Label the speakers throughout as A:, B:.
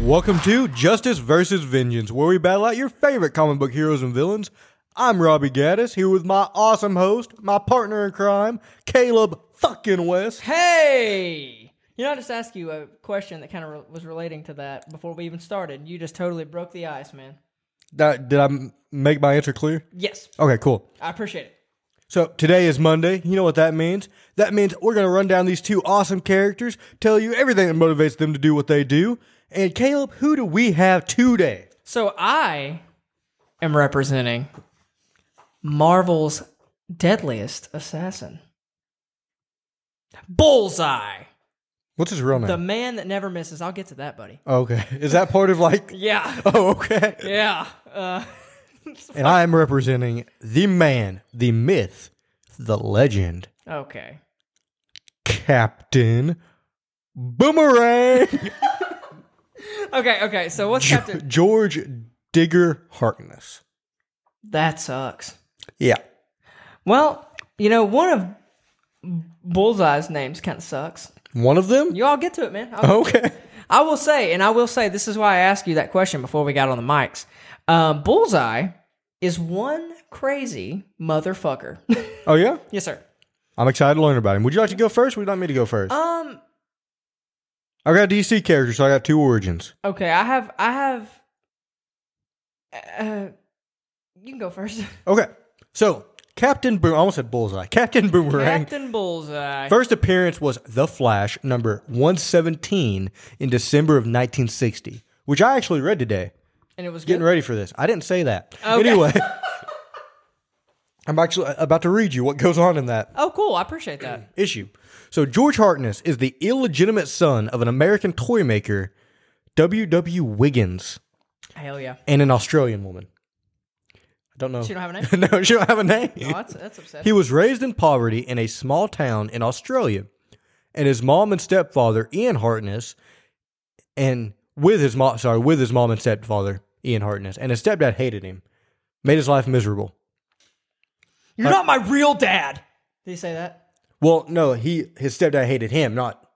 A: Welcome to Justice versus Vengeance, where we battle out your favorite comic book heroes and villains. I'm Robbie Gaddis, here with my awesome host, my partner in crime, Caleb fucking West.
B: Hey! You know, I just asked you a question that kind of re- was relating to that before we even started. You just totally broke the ice, man.
A: That, did I m- make my answer clear?
B: Yes,
A: Okay, cool.
B: I appreciate it.
A: So today is Monday. You know what that means? That means we're going to run down these two awesome characters, tell you everything that motivates them to do what they do. And Caleb, who do we have today?
B: So I am representing Marvel's deadliest assassin, Bullseye,
A: What's his real name? Oh,
B: the man that never misses. I'll get to that, buddy.
A: okay. Is that part of like
B: Yeah,
A: Oh, okay.
B: yeah. Uh,
A: And I'm representing the man, the myth, the legend,
B: okay.
A: Captain Boomerang
B: Okay, okay. So what's Captain?
A: George Digger Harkness.
B: That sucks.
A: Yeah.
B: Well, you know, one of Bullseye's names kind of sucks.
A: One of them?
B: You all get to it, man. I'll-
A: Okay.
B: I will say, and I will say, this is why I asked you that question before we got on the mics. Um, Bullseye is one crazy motherfucker.
A: Oh yeah?
B: yes, sir.
A: I'm excited to learn about him. Would you like to go first? Would you like me to go first?
B: Um.
A: I got DC characters, so I got two origins.
B: Okay, I have. I have. Uh, you can go first.
A: Okay. So Captain Boom I almost said Bullseye. Captain Boomerang.
B: Captain Bullseye.
A: First appearance was The Flash, number 117, in December of 1960, which I actually read today.
B: and it was
A: getting
B: good.
A: ready for this. I didn't say that.
B: Okay.
A: Anyway, I'm actually uh, about to read you what goes on in that
B: Oh, cool. I appreciate that.
A: issue. So George Harkness is the illegitimate son of an American toy maker, W. W. Wiggins,
B: Hell yeah.
A: and an Australian woman. I don't know.
B: She don't have a name?
A: no, she don't have a name.
B: Oh, that's that's upsetting.
A: He was raised in poverty in a small town in Australia, and his mom and stepfather Ian Hartness, and with his mom, sorry, with his mom and stepfather Ian Hartness, and his stepdad hated him, made his life miserable.
B: You're not my real dad. Did he say that?
A: Well, no, he his stepdad hated him, not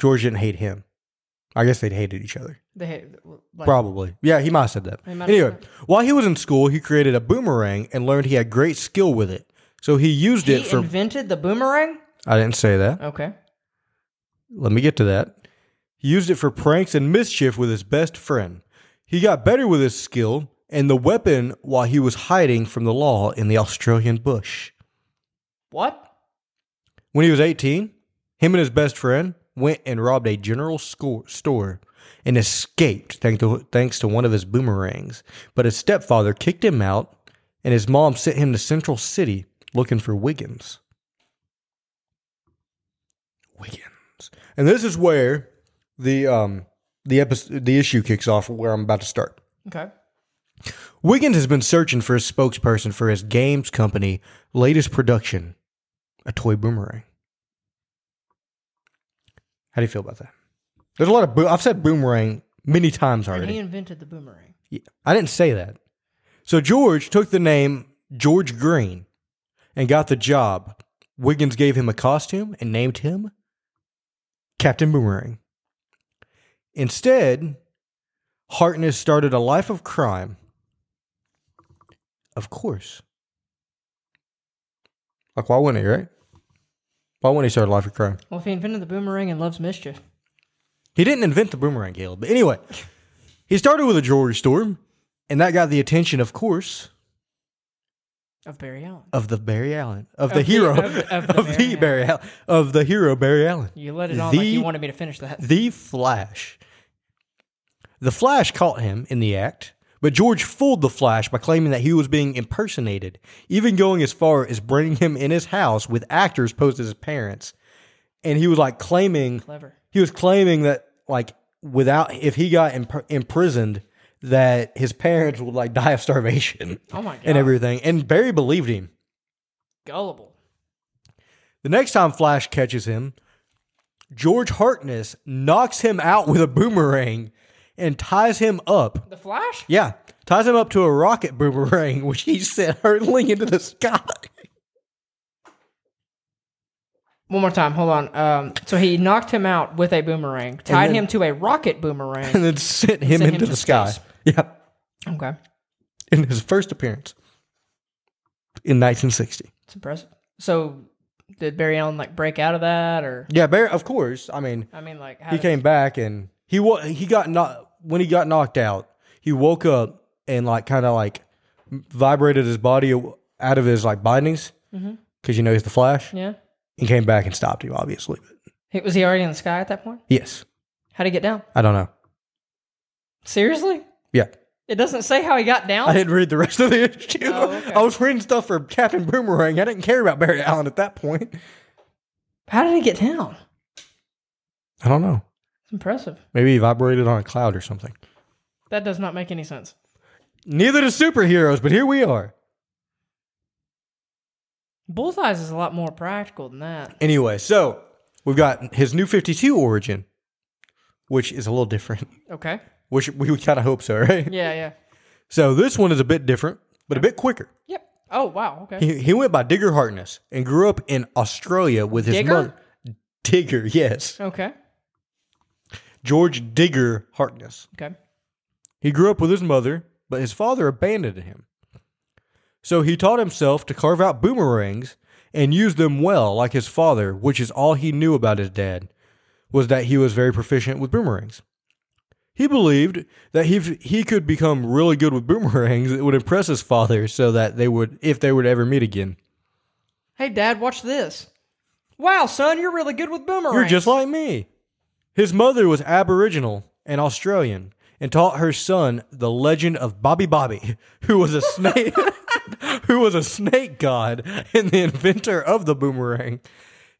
A: George didn't hate him. I guess they'd hated each other.
B: They hate. Like,
A: Probably. Yeah, he might have said that.
B: might have
A: Anyway, while he was in school, he created a boomerang and learned he had great skill with it. So he used
B: he
A: it for.
B: invented the boomerang.
A: I didn't say that.
B: Okay.
A: Let me get to that. He used it for pranks and mischief with his best friend. He got better with his skill and the weapon while he was hiding from the law in the Australian bush.
B: What?
A: When he was 18, him and his best friend went and robbed a general sco- store and escaped thanks to, thanks to one of his boomerangs. But his stepfather kicked him out, and his mom sent him to Central City looking for Wiggins. Wiggins. And this is where the um the episode the issue kicks off where I'm about to start.
B: Okay.
A: Wiggins has been searching for a spokesperson for his games company latest production, a toy boomerang. How do you feel about that? There's a lot of boo- I've said boomerang many times
B: And he
A: already.
B: invented the boomerang.
A: Yeah, I didn't say that. So George took the name George Green and got the job. Wiggins gave him a costume and named him Captain Boomerang. Instead, Hartness started a life of crime. Of course. Like, why wouldn't he, right? Why wouldn't he start a life of crime?
B: Well, if he invented the boomerang and loves mischief,
A: He didn't invent the boomerang, Caleb. But anyway, he started with a jewelry store, and that got the attention, of course,
B: of Barry Allen.
A: of the Barry Allen, of,
B: Of
A: the
B: the-
A: hero,
B: of the-
A: of,
B: of the
A: the
B: Barry
A: Barry Allen, of the hero Barry Allen.
B: You let it on like
A: The-
B: you wanted me to finish that.
A: The Flash. The Flash caught him in the act, but George fooled the Flash by claiming that he was being impersonated, even going as far as bringing him in his house with actors posed as his parents. And he was like claiming
B: Clever.
A: he was claiming that like without if he got imp- imprisoned that his parents would like die of starvation
B: Oh my god.
A: and everything and barry believed him
B: Gullible.
A: the next time flash catches him george harkness knocks him out with a boomerang and ties him up
B: The Flash?
A: yeah ties him up to a rocket boomerang which he sent hurtling into the sky
B: One more time, hold on. Um, so he knocked him out with a boomerang, tied
A: then-
B: him to a rocket boomerang.
A: and then sent him
B: Sent him
A: into
B: to
A: the sky.
B: space.
A: Yeah,
B: okay,
A: in his first appearance in 1960.
B: it's impressive. So did Barry Allen like break out of that, or
A: Yeah, Barry. Of course, I mean
B: I mean, like how
A: he
B: did-
A: came back and he wa- he got not when he got knocked out. He woke up and like kind of like vibrated his body out of his like bindings because
B: Mhm.
A: you know he's the Flash.
B: Yeah,
A: He came back and stopped him, obviously.
B: he, was he already in the sky at that point?
A: yes,
B: How would he get down?
A: I don't know.
B: Seriously,
A: Yeah,
B: it doesn't say how he got down.
A: I didn't read the rest of the issue.
B: Oh, okay.
A: I was reading stuff for Captain Boomerang. I didn't care about Barry Allen at that point.
B: how did he get down?
A: I don't know.
B: It's impressive.
A: Maybe he vibrated on a cloud or something.
B: That does not make any sense.
A: Neither do superheroes, but here we are.
B: Bullseyes is a lot more practical than that.
A: Anyway, so we've got his new 52 origin, which is a little different,
B: Okay.
A: which we kind of hope so, right?
B: Yeah, yeah.
A: So this one is a bit different, but a bit quicker.
B: Yep. Oh wow. Okay.
A: He, he went by Digger Harkness and grew up in Australia with his
B: Digger?
A: mother. Digger, yes.
B: Okay.
A: George Digger Harkness.
B: Okay.
A: He grew up with his mother, but his father abandoned him. So he taught himself to carve out boomerangs and use them well, like his father, which is all he knew about his dad, was that he was very proficient with boomerangs. He believed that if he could become really good with boomerangs, it would impress his father so that they would, if they would ever meet again.
B: Hey, Dad, watch this. Wow, son, you're really good with boomerangs.
A: You're just like me. His mother was Aboriginal and Australian and taught her son the legend of Bobby Bobby, who was a snake who was a snake god and the inventor of the boomerang.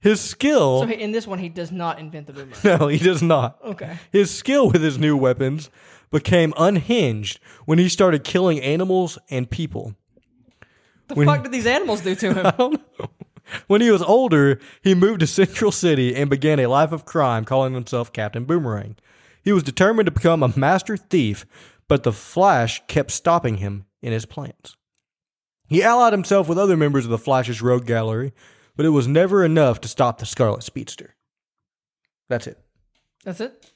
A: His skill
B: So he- in this one, he does not invent the boomerang.
A: No, he does not.
B: Okay.
A: His skill with his new weapons became unhinged when he started killing animals and people.
B: The fuck did these animals do to him?
A: I don't know. Oh, When he was older, he moved to Central City and began a life of crime, calling himself Captain Boomerang. He was determined to become a master thief, but the Flash kept stopping him in his plans. He allied himself with other members of the Flash's rogue gallery, but it was never enough to stop the Scarlet Speedster. That's it.
B: That's it.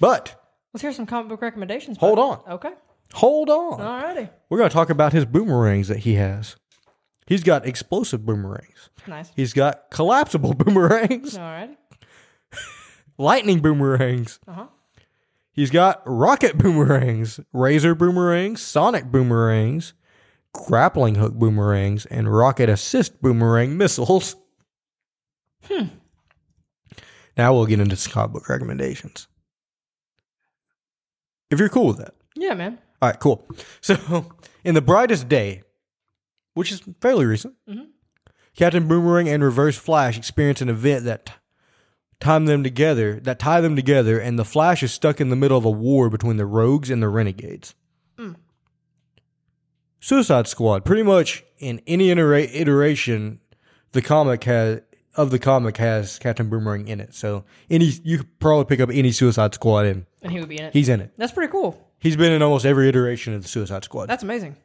A: But
B: Let's hear some comic book recommendations. bud.
A: hold on.
B: Okay.
A: Hold on.
B: Alrighty.
A: We're going to talk about his boomerangs that he has. He's got explosive boomerangs.
B: Nice.
A: He's got collapsible boomerangs.
B: Alrighty.
A: lightning boomerangs.
B: Uh huh.
A: He's got rocket boomerangs, razor boomerangs, sonic boomerangs, grappling hook boomerangs, and rocket assist boomerang missiles. Hmm. Now we'll get into some comic book recommendations. If you're cool with that.
B: Yeah, man.
A: All right, cool. So, in the brightest day, which is fairly recent,
B: Mhm.
A: Captain Boomerang and Reverse Flash experience an event that t- time them together, that tie them together, and the Flash is stuck in the middle of a war between the Rogues and the Renegades.
B: Mm.
A: Suicide Squad, pretty much in any itera- iteration, the comic has of the comic has Captain Boomerang in it. So any you could probably pick up any Suicide Squad and
B: And he would be in it.
A: he's in it.
B: That's pretty cool.
A: He's been in almost every iteration of the Suicide Squad.
B: That's amazing.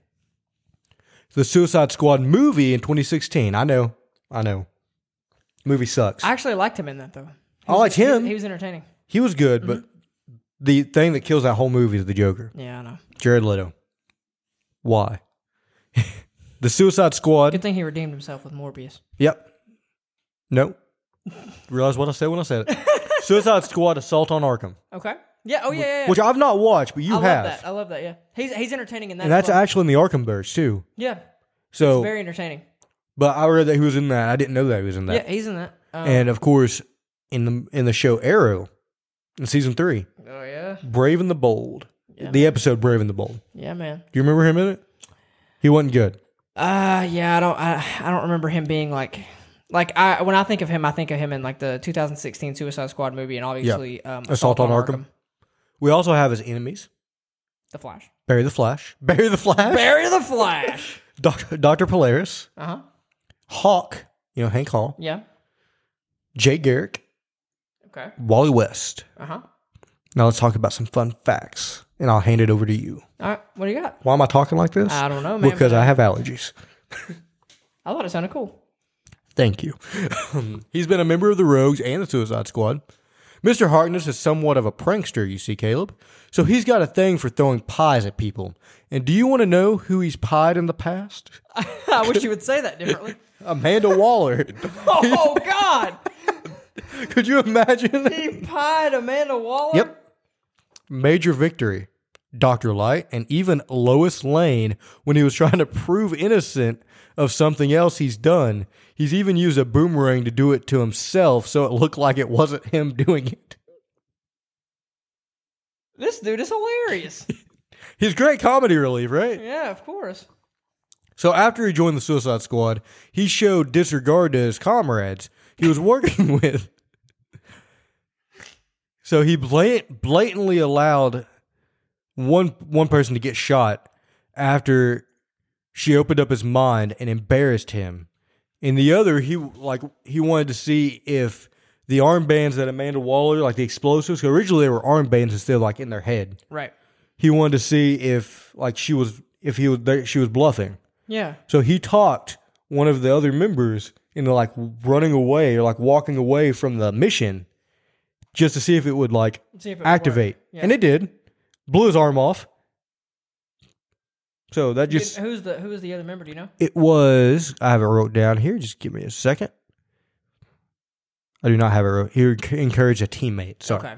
A: the Suicide Squad movie in 2016. I know. I know. Movie sucks.
B: I actually liked him in that though. He
A: I
B: was-
A: liked
B: he-
A: him.
B: He, Mm-hmm. was entertaining.
A: he was good, but the thing that kills that whole movie is the Joker.
B: Yeah, I know.
A: Jared Leto. Why? the Suicide Squad.
B: Good thing he redeemed himself with Morbius.
A: Yep. No. Realize what I said when I said it. Suicide Squad Assault on Arkham,
B: Okay. Yeah. Oh yeah. yeah, yeah.
A: which I've not watched, but you
B: I
A: have.
B: love that. I love that. Yeah. He's he's entertaining in that.
A: And
B: as
A: that's
B: well.
A: actually in the Arkhamverse too.
B: yeah.
A: So,
B: Very entertaining.
A: but I read that he was in that. I didn't know that he was in that.
B: Yeah, he's in that. Um,
A: And of course, in the in the show Arrow, in season three,
B: oh yeah.
A: Brave and the Bold, the episode Brave and the Bold.
B: Yeah, man.
A: Do you remember him in it? He wasn't good.
B: Uh yeah, I don't I, I don't remember him being like like I when I think of him, I think of him in like the 2016 Suicide Squad movie and obviously um
A: Assault on Arkham. We also have his enemies:
B: The Flash.
A: Barry the Flash, Barry the Flash,
B: Barry the Flash.
A: Doctor Doctor Polaris,
B: uh-huh.
A: Hawk, you know Hank Hall,
B: Yeah.
A: Jay Garrick,
B: Okay.
A: Wally West.
B: Uh-huh.
A: Now let's talk about some fun facts, and I'll hand it over to you.
B: All right. What do you got?
A: Why am I talking like this?
B: I don't know, man.
A: because I have allergies.
B: I thought it sounded cool.
A: Thank you. He's been a member of the Rogues and the Suicide Squad. Mr. Harkness is somewhat of a prankster, you see, Caleb. So he's got a thing for throwing pies at people. And do you want to know who he's pied in the past?
B: I wish you would say that differently.
A: Amanda Waller.
B: Oh God,
A: Could you imagine?
B: he pied Amanda Waller.
A: Yep. Major victory. Dr. Light and even Lois Lane when he was trying to prove innocent of something else he's done. He's even used a boomerang to do it to himself so it looked like it wasn't him doing it.
B: This dude is hilarious.
A: He's great comedy relief, right?
B: yeah, of course.
A: So after he joined the Suicide Squad, he showed disregard to his comrades he was working with. So he blat- blatantly allowed one one person to get shot after she opened up his mind and embarrassed him. And the other, he like he wanted to see if the armbands that Amanda Waller, like the explosives, 'cause originally they were armbands instead of like in their head.
B: Right.
A: He wanted to see if like she was if he was that she was bluffing.
B: Yeah.
A: So he talked one of the other members into like running away or like walking away from the mission just to see if it would like
B: See if it would work.
A: activate.
B: Yeah.
A: And it did. Blew his arm off. So that just
B: who's the who's the other member? Do you know?
A: it was I have it wrote down here. Just give me a second. I do not have it wrote. He encouraged a teammate. Sorry.
B: Okay.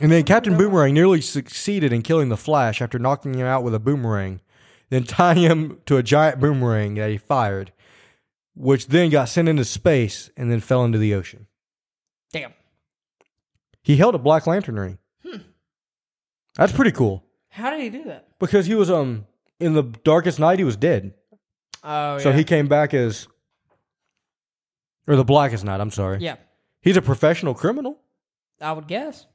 A: And then Captain Boomerang nearly succeeded in killing the Flash after knocking him out with a boomerang, then tying him to a giant boomerang that he fired, which then got sent into space and then fell into the ocean.
B: Damn.
A: He held a Black Lantern ring.
B: Hmm.
A: That's pretty cool
B: How did he do that?
A: because he was um in the darkest night he was dead,
B: Oh,
A: so
B: yeah.
A: he came back as or the blackest night. I'm sorry.
B: Yeah,
A: He's a professional criminal.
B: I would guess.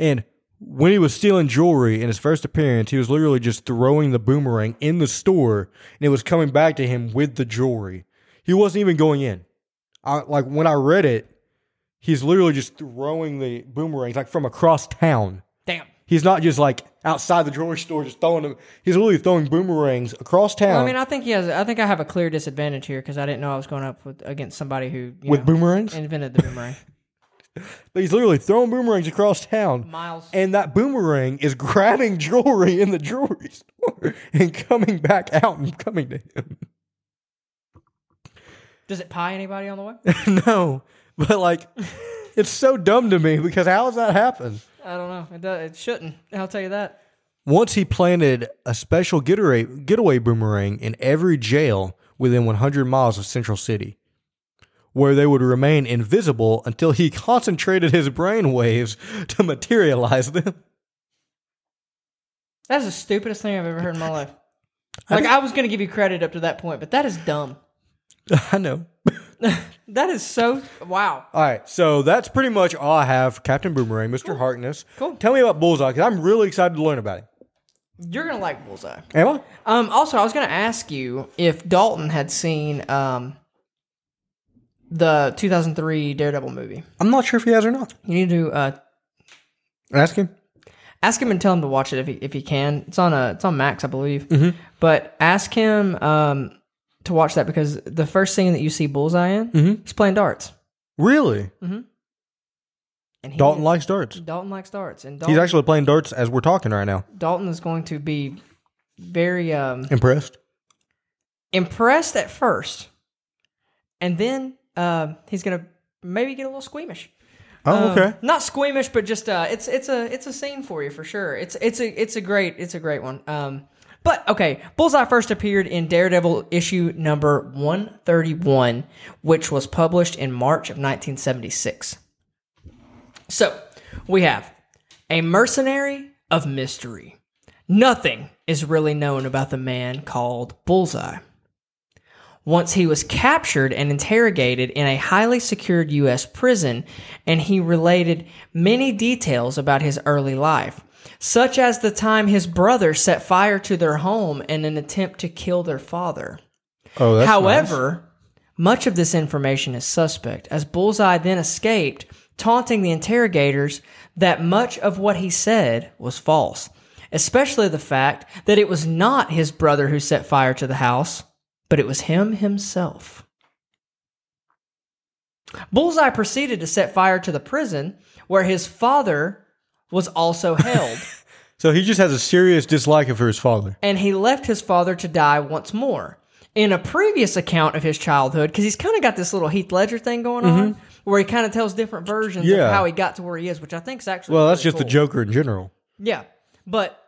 A: And when he was stealing jewelry in his first appearance, he was literally just throwing the boomerang in the store and it was coming back to him with the jewelry. He wasn't even going in. I, like when I read it, he's literally just throwing the boomerangs like from across town.
B: Damn.
A: He's not just like outside the jewelry store just throwing them. He's literally throwing boomerangs across town
B: I mean, I think he has. I think I have a clear disadvantage here because I didn't know I was going up with against somebody who you
A: with
B: know,
A: boomerangs.
B: invented the boomerang.
A: but he's literally throwing boomerangs across town.
B: Miles.
A: and that boomerang is grabbing jewelry in the jewelry store and coming back out and coming to him.
B: Does it pie anybody on the way?
A: no, but like, it's so dumb to me because how does that happen?
B: I don't know. It does, it shouldn't. I'll tell you that.
A: Once he planted a special getaway, getaway boomerang in every jail within 100 miles of Central City, where they would remain invisible until he concentrated his brain waves to materialize them.
B: That's the stupidest thing I've ever heard in my life. Like I was going to give you credit up to that point, but that is dumb.
A: I know.
B: That is so wow.
A: All right, so that's pretty much all I have for Captain Boomerang, Mr. Harkness.
B: Cool.
A: Tell me about Bullseye because I'm really excited to learn about him.
B: You're going to like Bullseye.
A: Am I?
B: Um, also, I was going to ask you if Dalton had seen um, the 2003 Daredevil movie.
A: I'm not sure if he has or not.
B: You need to uh,
A: Ask him.
B: ask him and tell him to watch it if he, if he can. It's on a, it's on Max, I believe.
A: Mm-hmm.
B: But ask him um, to watch that because the first scene that you see Bullseye in,
A: Mm-hmm.
B: he's playing darts.
A: Really?
B: And he,
A: Dalton likes darts.
B: Dalton likes darts, and
A: He's
B: Dalton,
A: actually playing darts as we're talking right now.
B: Dalton is going to be very um,
A: Impressed?
B: impressed at first, and then um he's gonna maybe get a little squeamish.
A: Oh,
B: Um, Not squeamish, but just uh, it's it's a it's a scene for you for sure. It's it's a it's a great it's a great one. Um, but okay, Bullseye first appeared in Daredevil issue number one thirty one, which was published in March of nineteen seventy six. So we have a mercenary of mystery. Nothing is really known about the man called Bullseye. Once he was captured and interrogated in a highly secured U.S. prison, and he related many details about his early life, such as the time his brother set fire to their home in an attempt to kill their father.
A: Oh, that's
B: However, much of this information is suspect, as Bullseye then escaped, taunting the interrogators that much of what he said was false, especially the fact that it was not his brother who set fire to the house, but it was him himself. Bullseye proceeded to set fire to the prison where his father was also held,
A: So he just has a serious dislike for his father.
B: and he left his father to die once more. In a previous account of his childhood, because he's kind of got this little Heath Ledger thing going on, where he kind of tells different versions
A: Mm-hmm. Yeah.
B: of how he got to where he is, which I think is actually
A: Well, that's
B: really
A: just the
B: cool.
A: Joker in general.
B: Yeah, but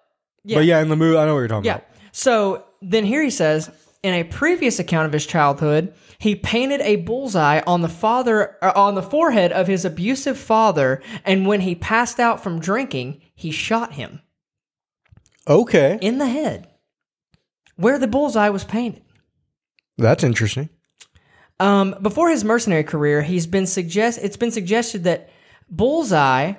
A: But yeah, in the movie, I know what you're talking
B: Yeah.
A: about.
B: So then here he says, in a previous account of his childhood, he painted a bullseye on the father uh, on the forehead of his abusive father, and when he passed out from drinking, he shot him
A: Okay,
B: in the head, where the bullseye was painted.
A: that's interesting.
B: Um, before his mercenary career, he's been suggest it's been suggested that Bullseye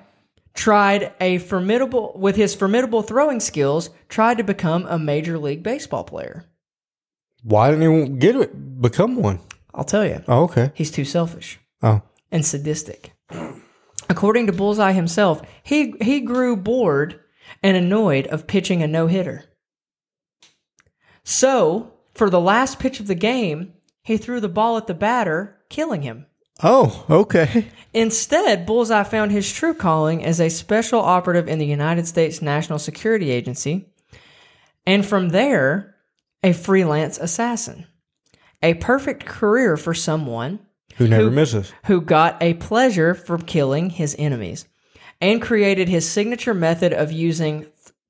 B: tried a formidable with his formidable throwing skills tried to become a major league baseball player.
A: Why didn't he get it? Become one?
B: I'll tell you.
A: Oh, okay.
B: He's too selfish
A: Oh,
B: and sadistic. According to Bullseye himself, he he grew bored and annoyed of pitching a no hitter. So, for the last pitch of the game, he threw the ball at the batter, killing him.
A: oh, okay.
B: Instead, Bullseye found his true calling as a special operative in the United States National Security Agency, and from there, a freelance assassin. A perfect career for someone
A: Who never misses?
B: who got a pleasure from killing his enemies and created his signature method of using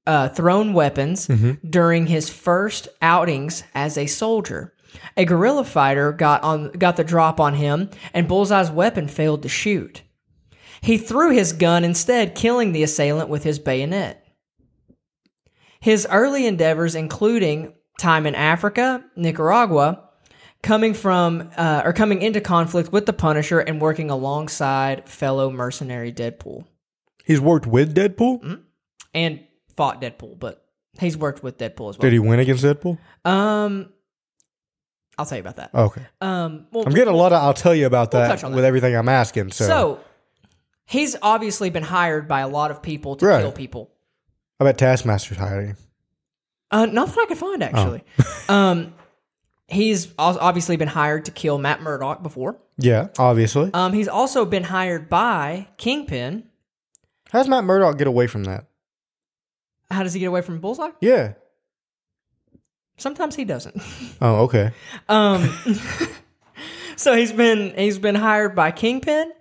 B: uh, thrown weapons during his first outings as a soldier. A guerrilla fighter got on got the drop on him, and Bullseye's weapon failed to shoot. He threw his gun instead, killing the assailant with his bayonet. His early endeavors, including time in Africa, Nicaragua, coming from uh, or coming into conflict with the Punisher and working alongside fellow mercenary Deadpool
A: He's worked with Deadpool.
B: and fought Deadpool, but he's worked with Deadpool as well.
A: Did he win against Deadpool? Oh,
B: Um, I'll tell you about that.
A: Okay.
B: Um, well,
A: I'm getting a lot of. I'll tell you about that,
B: touch on
A: with everything I'm asking. So,
B: so he's obviously been hired by a lot of people to
A: Right.
B: kill people.
A: I bet Taskmaster's hiring. him.
B: Uh, nothing I could find actually. um, he's al- obviously been hired to kill Matt Murdock before.
A: Yeah, obviously.
B: Um, he's also been hired by Kingpin.
A: How does Matt Murdock get away from that?
B: How does he get away from Bullseye?
A: Yeah.
B: Sometimes he doesn't.
A: Oh, okay.
B: Um, so he's been he's been hired by Kingpin,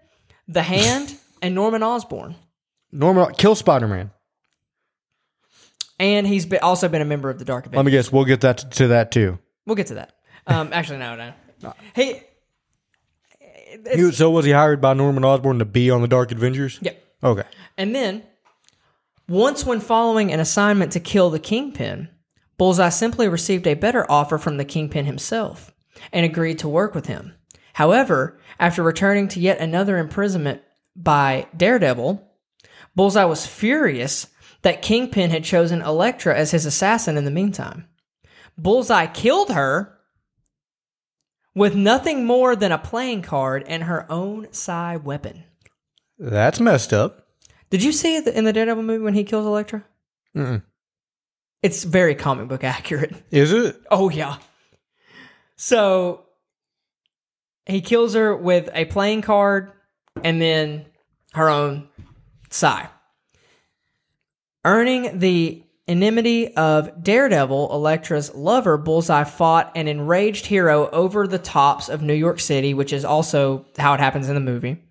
B: The Hand, and Norman Osborn,
A: Norman kill Spider Man.
B: and he's been, also been a member of the Dark
A: Let
B: Avengers.
A: me guess. We'll get that to that too.
B: We'll get to that. Um, actually, no, no. Hey,
A: He was- so was he hired by Norman Osborn to be on the Dark Avengers?
B: yeah.
A: Okay.
B: And then, once when following an assignment to kill the Kingpin, Bullseye simply received a better offer from the Kingpin himself and agreed to work with him. However, after returning to yet another imprisonment by Daredevil, Bullseye was furious that Kingpin had chosen Elektra as his assassin in the meantime. Bullseye killed her with nothing more than a playing card and her own psi weapon.
A: That's messed up.
B: Did you see the, in the Daredevil movie when he kills Elektra?
A: Mm-mm.
B: It's very comic book accurate.
A: Is it?
B: Oh yeah. So he kills her with a playing card and then her own sigh. Earning the enmity of Daredevil, Elektra's lover, Bullseye fought an enraged hero over the tops of New York City, which is also how it happens in the movie.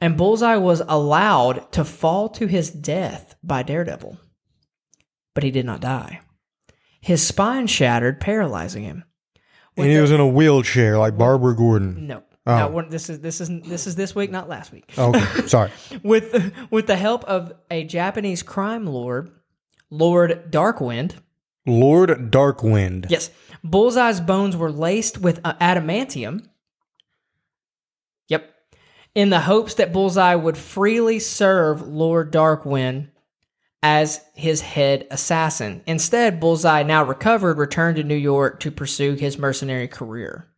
B: And Bullseye was allowed to fall to his death by Daredevil. But he did not die. His spine shattered, paralyzing him.
A: And he was in a wheelchair like Barbara Gordon.
B: No. No, we're- this is this is this is this week, not last week.
A: Okay. Sorry.
B: With with the help of a Japanese crime lord, Lord Darkwind.
A: Lord Darkwind.
B: Yes, Bullseye's bones were laced with uh, adamantium. Yep, in the hopes that Bullseye would freely serve Lord Darkwind as his head assassin. Instead, Bullseye, now recovered, returned to New York to pursue his mercenary career.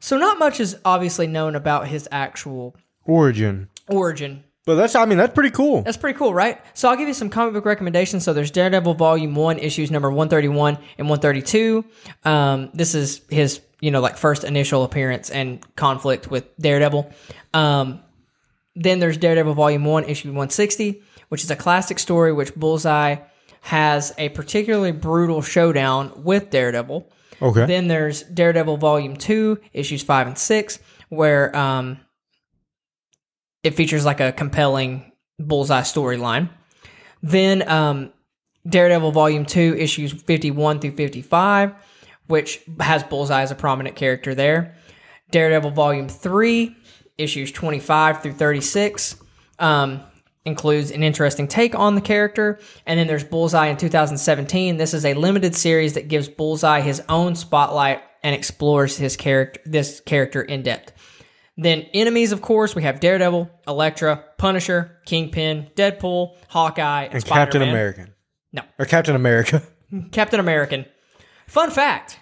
B: So, not much is obviously known about his actual
A: Origin.
B: origin.
A: But that's I mean that's pretty cool.
B: That's pretty cool, right? So I'll give you some comic book recommendations. So there's Daredevil Volume One, issues number 131 and 132. Um, this is his you know like first initial appearance and conflict with Daredevil. Um, then there's Daredevil Volume One, Issue 160, which is a classic story which Bullseye has a particularly brutal showdown with Daredevil.
A: Okay.
B: Then there's Daredevil Volume 2, issues 5 and 6, where um, it features like a compelling bullseye storyline. Then um, Daredevil Volume 2, issues 51 through 55, which has Bullseye as a prominent character there. Daredevil Volume 3, issues 25 through 36, um, includes an interesting take on the character. And then there's Bullseye in 2017. This is a limited series that gives Bullseye his own spotlight and explores his character this character in depth. Then enemies, of course, we have Daredevil, Elektra, Punisher, Kingpin, Deadpool, Hawkeye, and,
A: and Captain
B: Spider-Man.
A: American.
B: No.
A: Or Captain America.
B: Captain American. Fun fact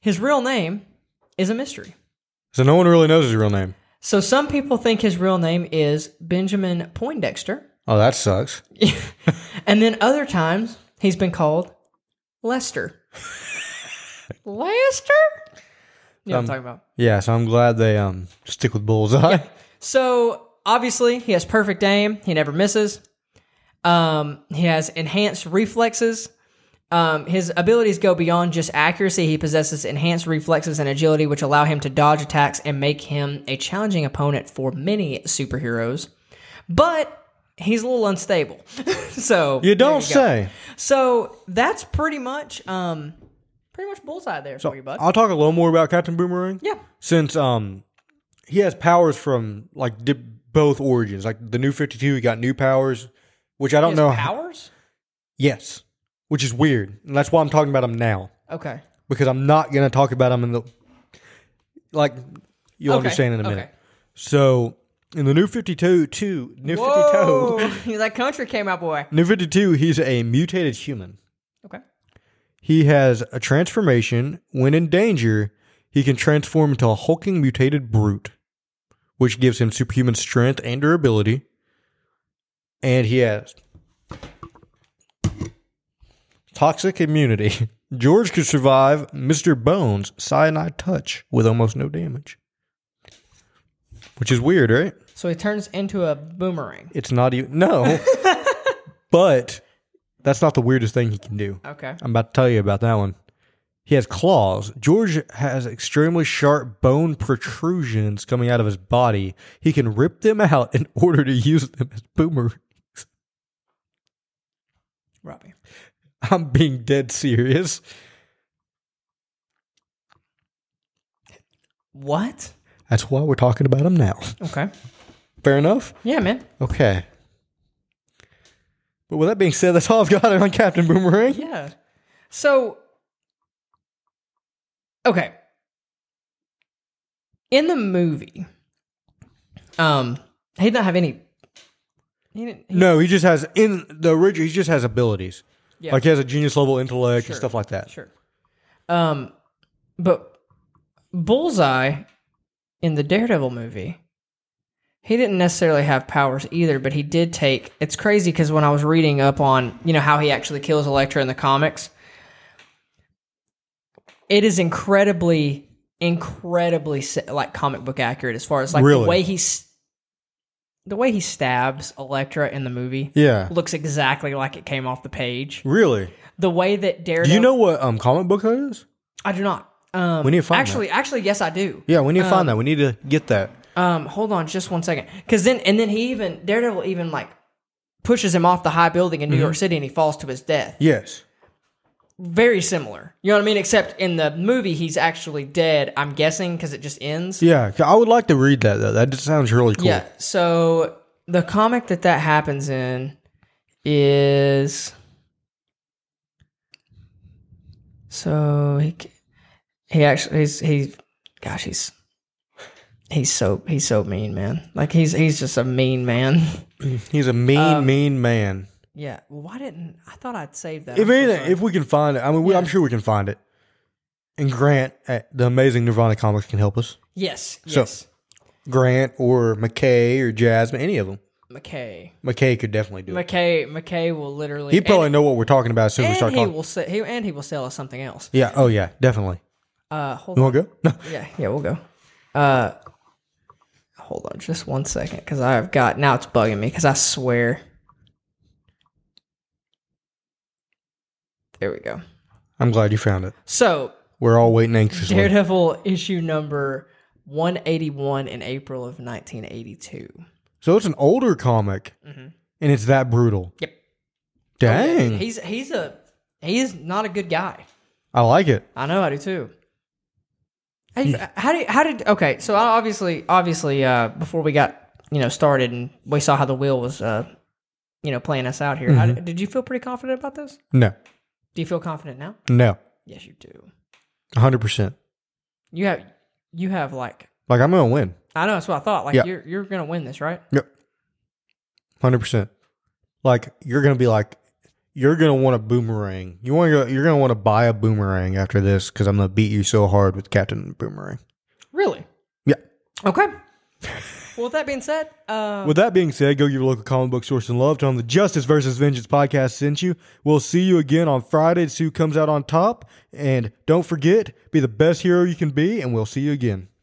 B: his real name is a mystery.
A: So no one really knows his real name.
B: So some people think his real name is Benjamin Poindexter,
A: Oh, that sucks.
B: and then other times he's been called Lester. Lester? You know what I'm talking about.
A: Yeah, so I'm glad they um stick with Bullseye.
B: So obviously, he has perfect aim. He never misses. Um, he has enhanced reflexes. Um, his abilities go beyond just accuracy. He possesses enhanced reflexes and agility, which allow him to dodge attacks and make him a challenging opponent for many superheroes. But he's a little unstable. so
A: You don't
B: go.
A: say.
B: So that's pretty much um, pretty much bullseye there for you, bud.
A: I'll talk a little more about Captain Boomerang.
B: yeah.
A: Since um he has powers from like di- both origins. Like the new 52, he got new powers, which I don't
B: His
A: know. how-
B: powers.
A: yes. Which is weird. And that's why I'm talking about him now
B: Okay.
A: because I'm not going to talk about him in the like you'll
B: Okay,
A: understand in a minute.
B: okay.
A: So, in the new 52, too, new 52.
B: Whoa! that country came out, boy.
A: New 52, he's a mutated human.
B: Okay.
A: He has a transformation. When in danger, he can transform into a hulking mutated brute, which gives him superhuman strength and durability. And he has toxic immunity. George could survive Mr. Bones' cyanide touch with almost no damage. Which is weird, right?
B: So he turns into a boomerang.
A: It's not even. No. but that's not the weirdest thing he can do.
B: Okay.
A: I'm about to tell you about that one. He has claws. George has extremely sharp bone protrusions coming out of his body. He can rip them out in order to use them as boomerangs.
B: Robbie.
A: I'm being dead serious.
B: What?
A: That's why we're talking about him now.
B: Okay.
A: Fair enough?
B: Yeah, man.
A: Okay. But with that being said, that's all I've got on Captain Boomerang.
B: Yeah. So Okay. In the movie, um, he didn't have any he didn't he-
A: No, he just has in the original. He just has abilities.
B: Yeah.
A: Like he has a genius level intellect
B: Sure.
A: and stuff like that.
B: Sure. Um, but Bullseye in the Daredevil movie, he didn't necessarily have powers either, but he did take. It's crazy because when I was reading up on you know how he actually kills Elektra in the comics, it is incredibly, incredibly s- like comic book accurate as far as like
A: Really?
B: the way he's. The way he stabs Elektra in the movie
A: Yeah.
B: looks exactly like it came off the page.
A: Really?
B: The way that Daredevil
A: Do you know what um comic book that is?
B: I do not. Um,
A: We need to find
B: actually, actually, yes, I do.
A: Yeah, we need to find that. We need to get that.
B: Um, hold on, just one second, because then and then he even Daredevil even like pushes him off the high building in New York City, and he falls to his death.
A: Yes.
B: Very similar, you know what I mean? Except in the movie, he's actually dead. I'm guessing because it just ends.
A: Yeah, I would like to read that though. That just sounds really cool.
B: Yeah. So the comic that that happens in is so he he actually he's he gosh he's he's so he's so mean man like he's he's just a mean man
A: He's a mean, mean man.
B: yeah well, why didn't I thought I'd save that
A: If
B: I'm so
A: anything,
B: sorry.
A: if we can find it, I mean, we, I'm sure we can find it. And Grant at the amazing Nirvana Comics can help us.
B: yes
A: So-
B: yes
A: Grant or McKay or Jasmine, any of them.
B: McKay
A: McKay could definitely do it.
B: McKay McKay will literally
A: He'd probably know what we're talking about as soon as we
B: and,
A: start
B: and he
A: talking.
B: will say he, and he will sell us something else
A: Yeah. Oh yeah. Definitely.
B: Uh, hold
A: You
B: on.
A: want to go? No.
B: Yeah, yeah, we'll go. Uh, hold on, just one second, because I've got now it's bugging me. Because I swear, there we go.
A: I'm glad you found it.
B: So
A: We're all waiting anxiously.
B: Daredevil issue number one eighty one in April of nineteen eighty two.
A: So it's an older comic, and it's that brutal.
B: Yep.
A: Dang,
B: He's he's a he is not a good guy.
A: I like it.
B: I know I do too. Hey, how did how did okay? So I obviously, obviously, uh, before we got you know started and we saw how the wheel was, uh, you know, playing us out here. How did, did you feel pretty confident about this?
A: No,
B: Do you feel confident now?
A: no,
B: Yes, you do.
A: 100. percent
B: You have you have like
A: Like I'm gonna win.
B: I know that's what I thought. Like
A: Yeah.
B: you're you're gonna win this, right?
A: Yep, 100. percent Like you're gonna be like, you're gonna want a boomerang. You want to go? You're gonna want to buy a boomerang after this because I'm gonna beat you so hard with Captain Boomerang.
B: Really?
A: Yeah.
B: Okay. well, with that being said, uh,
A: With that being said, go give your local comic book source and love. Tell them the Justice versus Vengeance podcast sent you. We'll see you again on Friday to see who comes out on top. And don't forget, be the best hero you can be, and we'll see you again.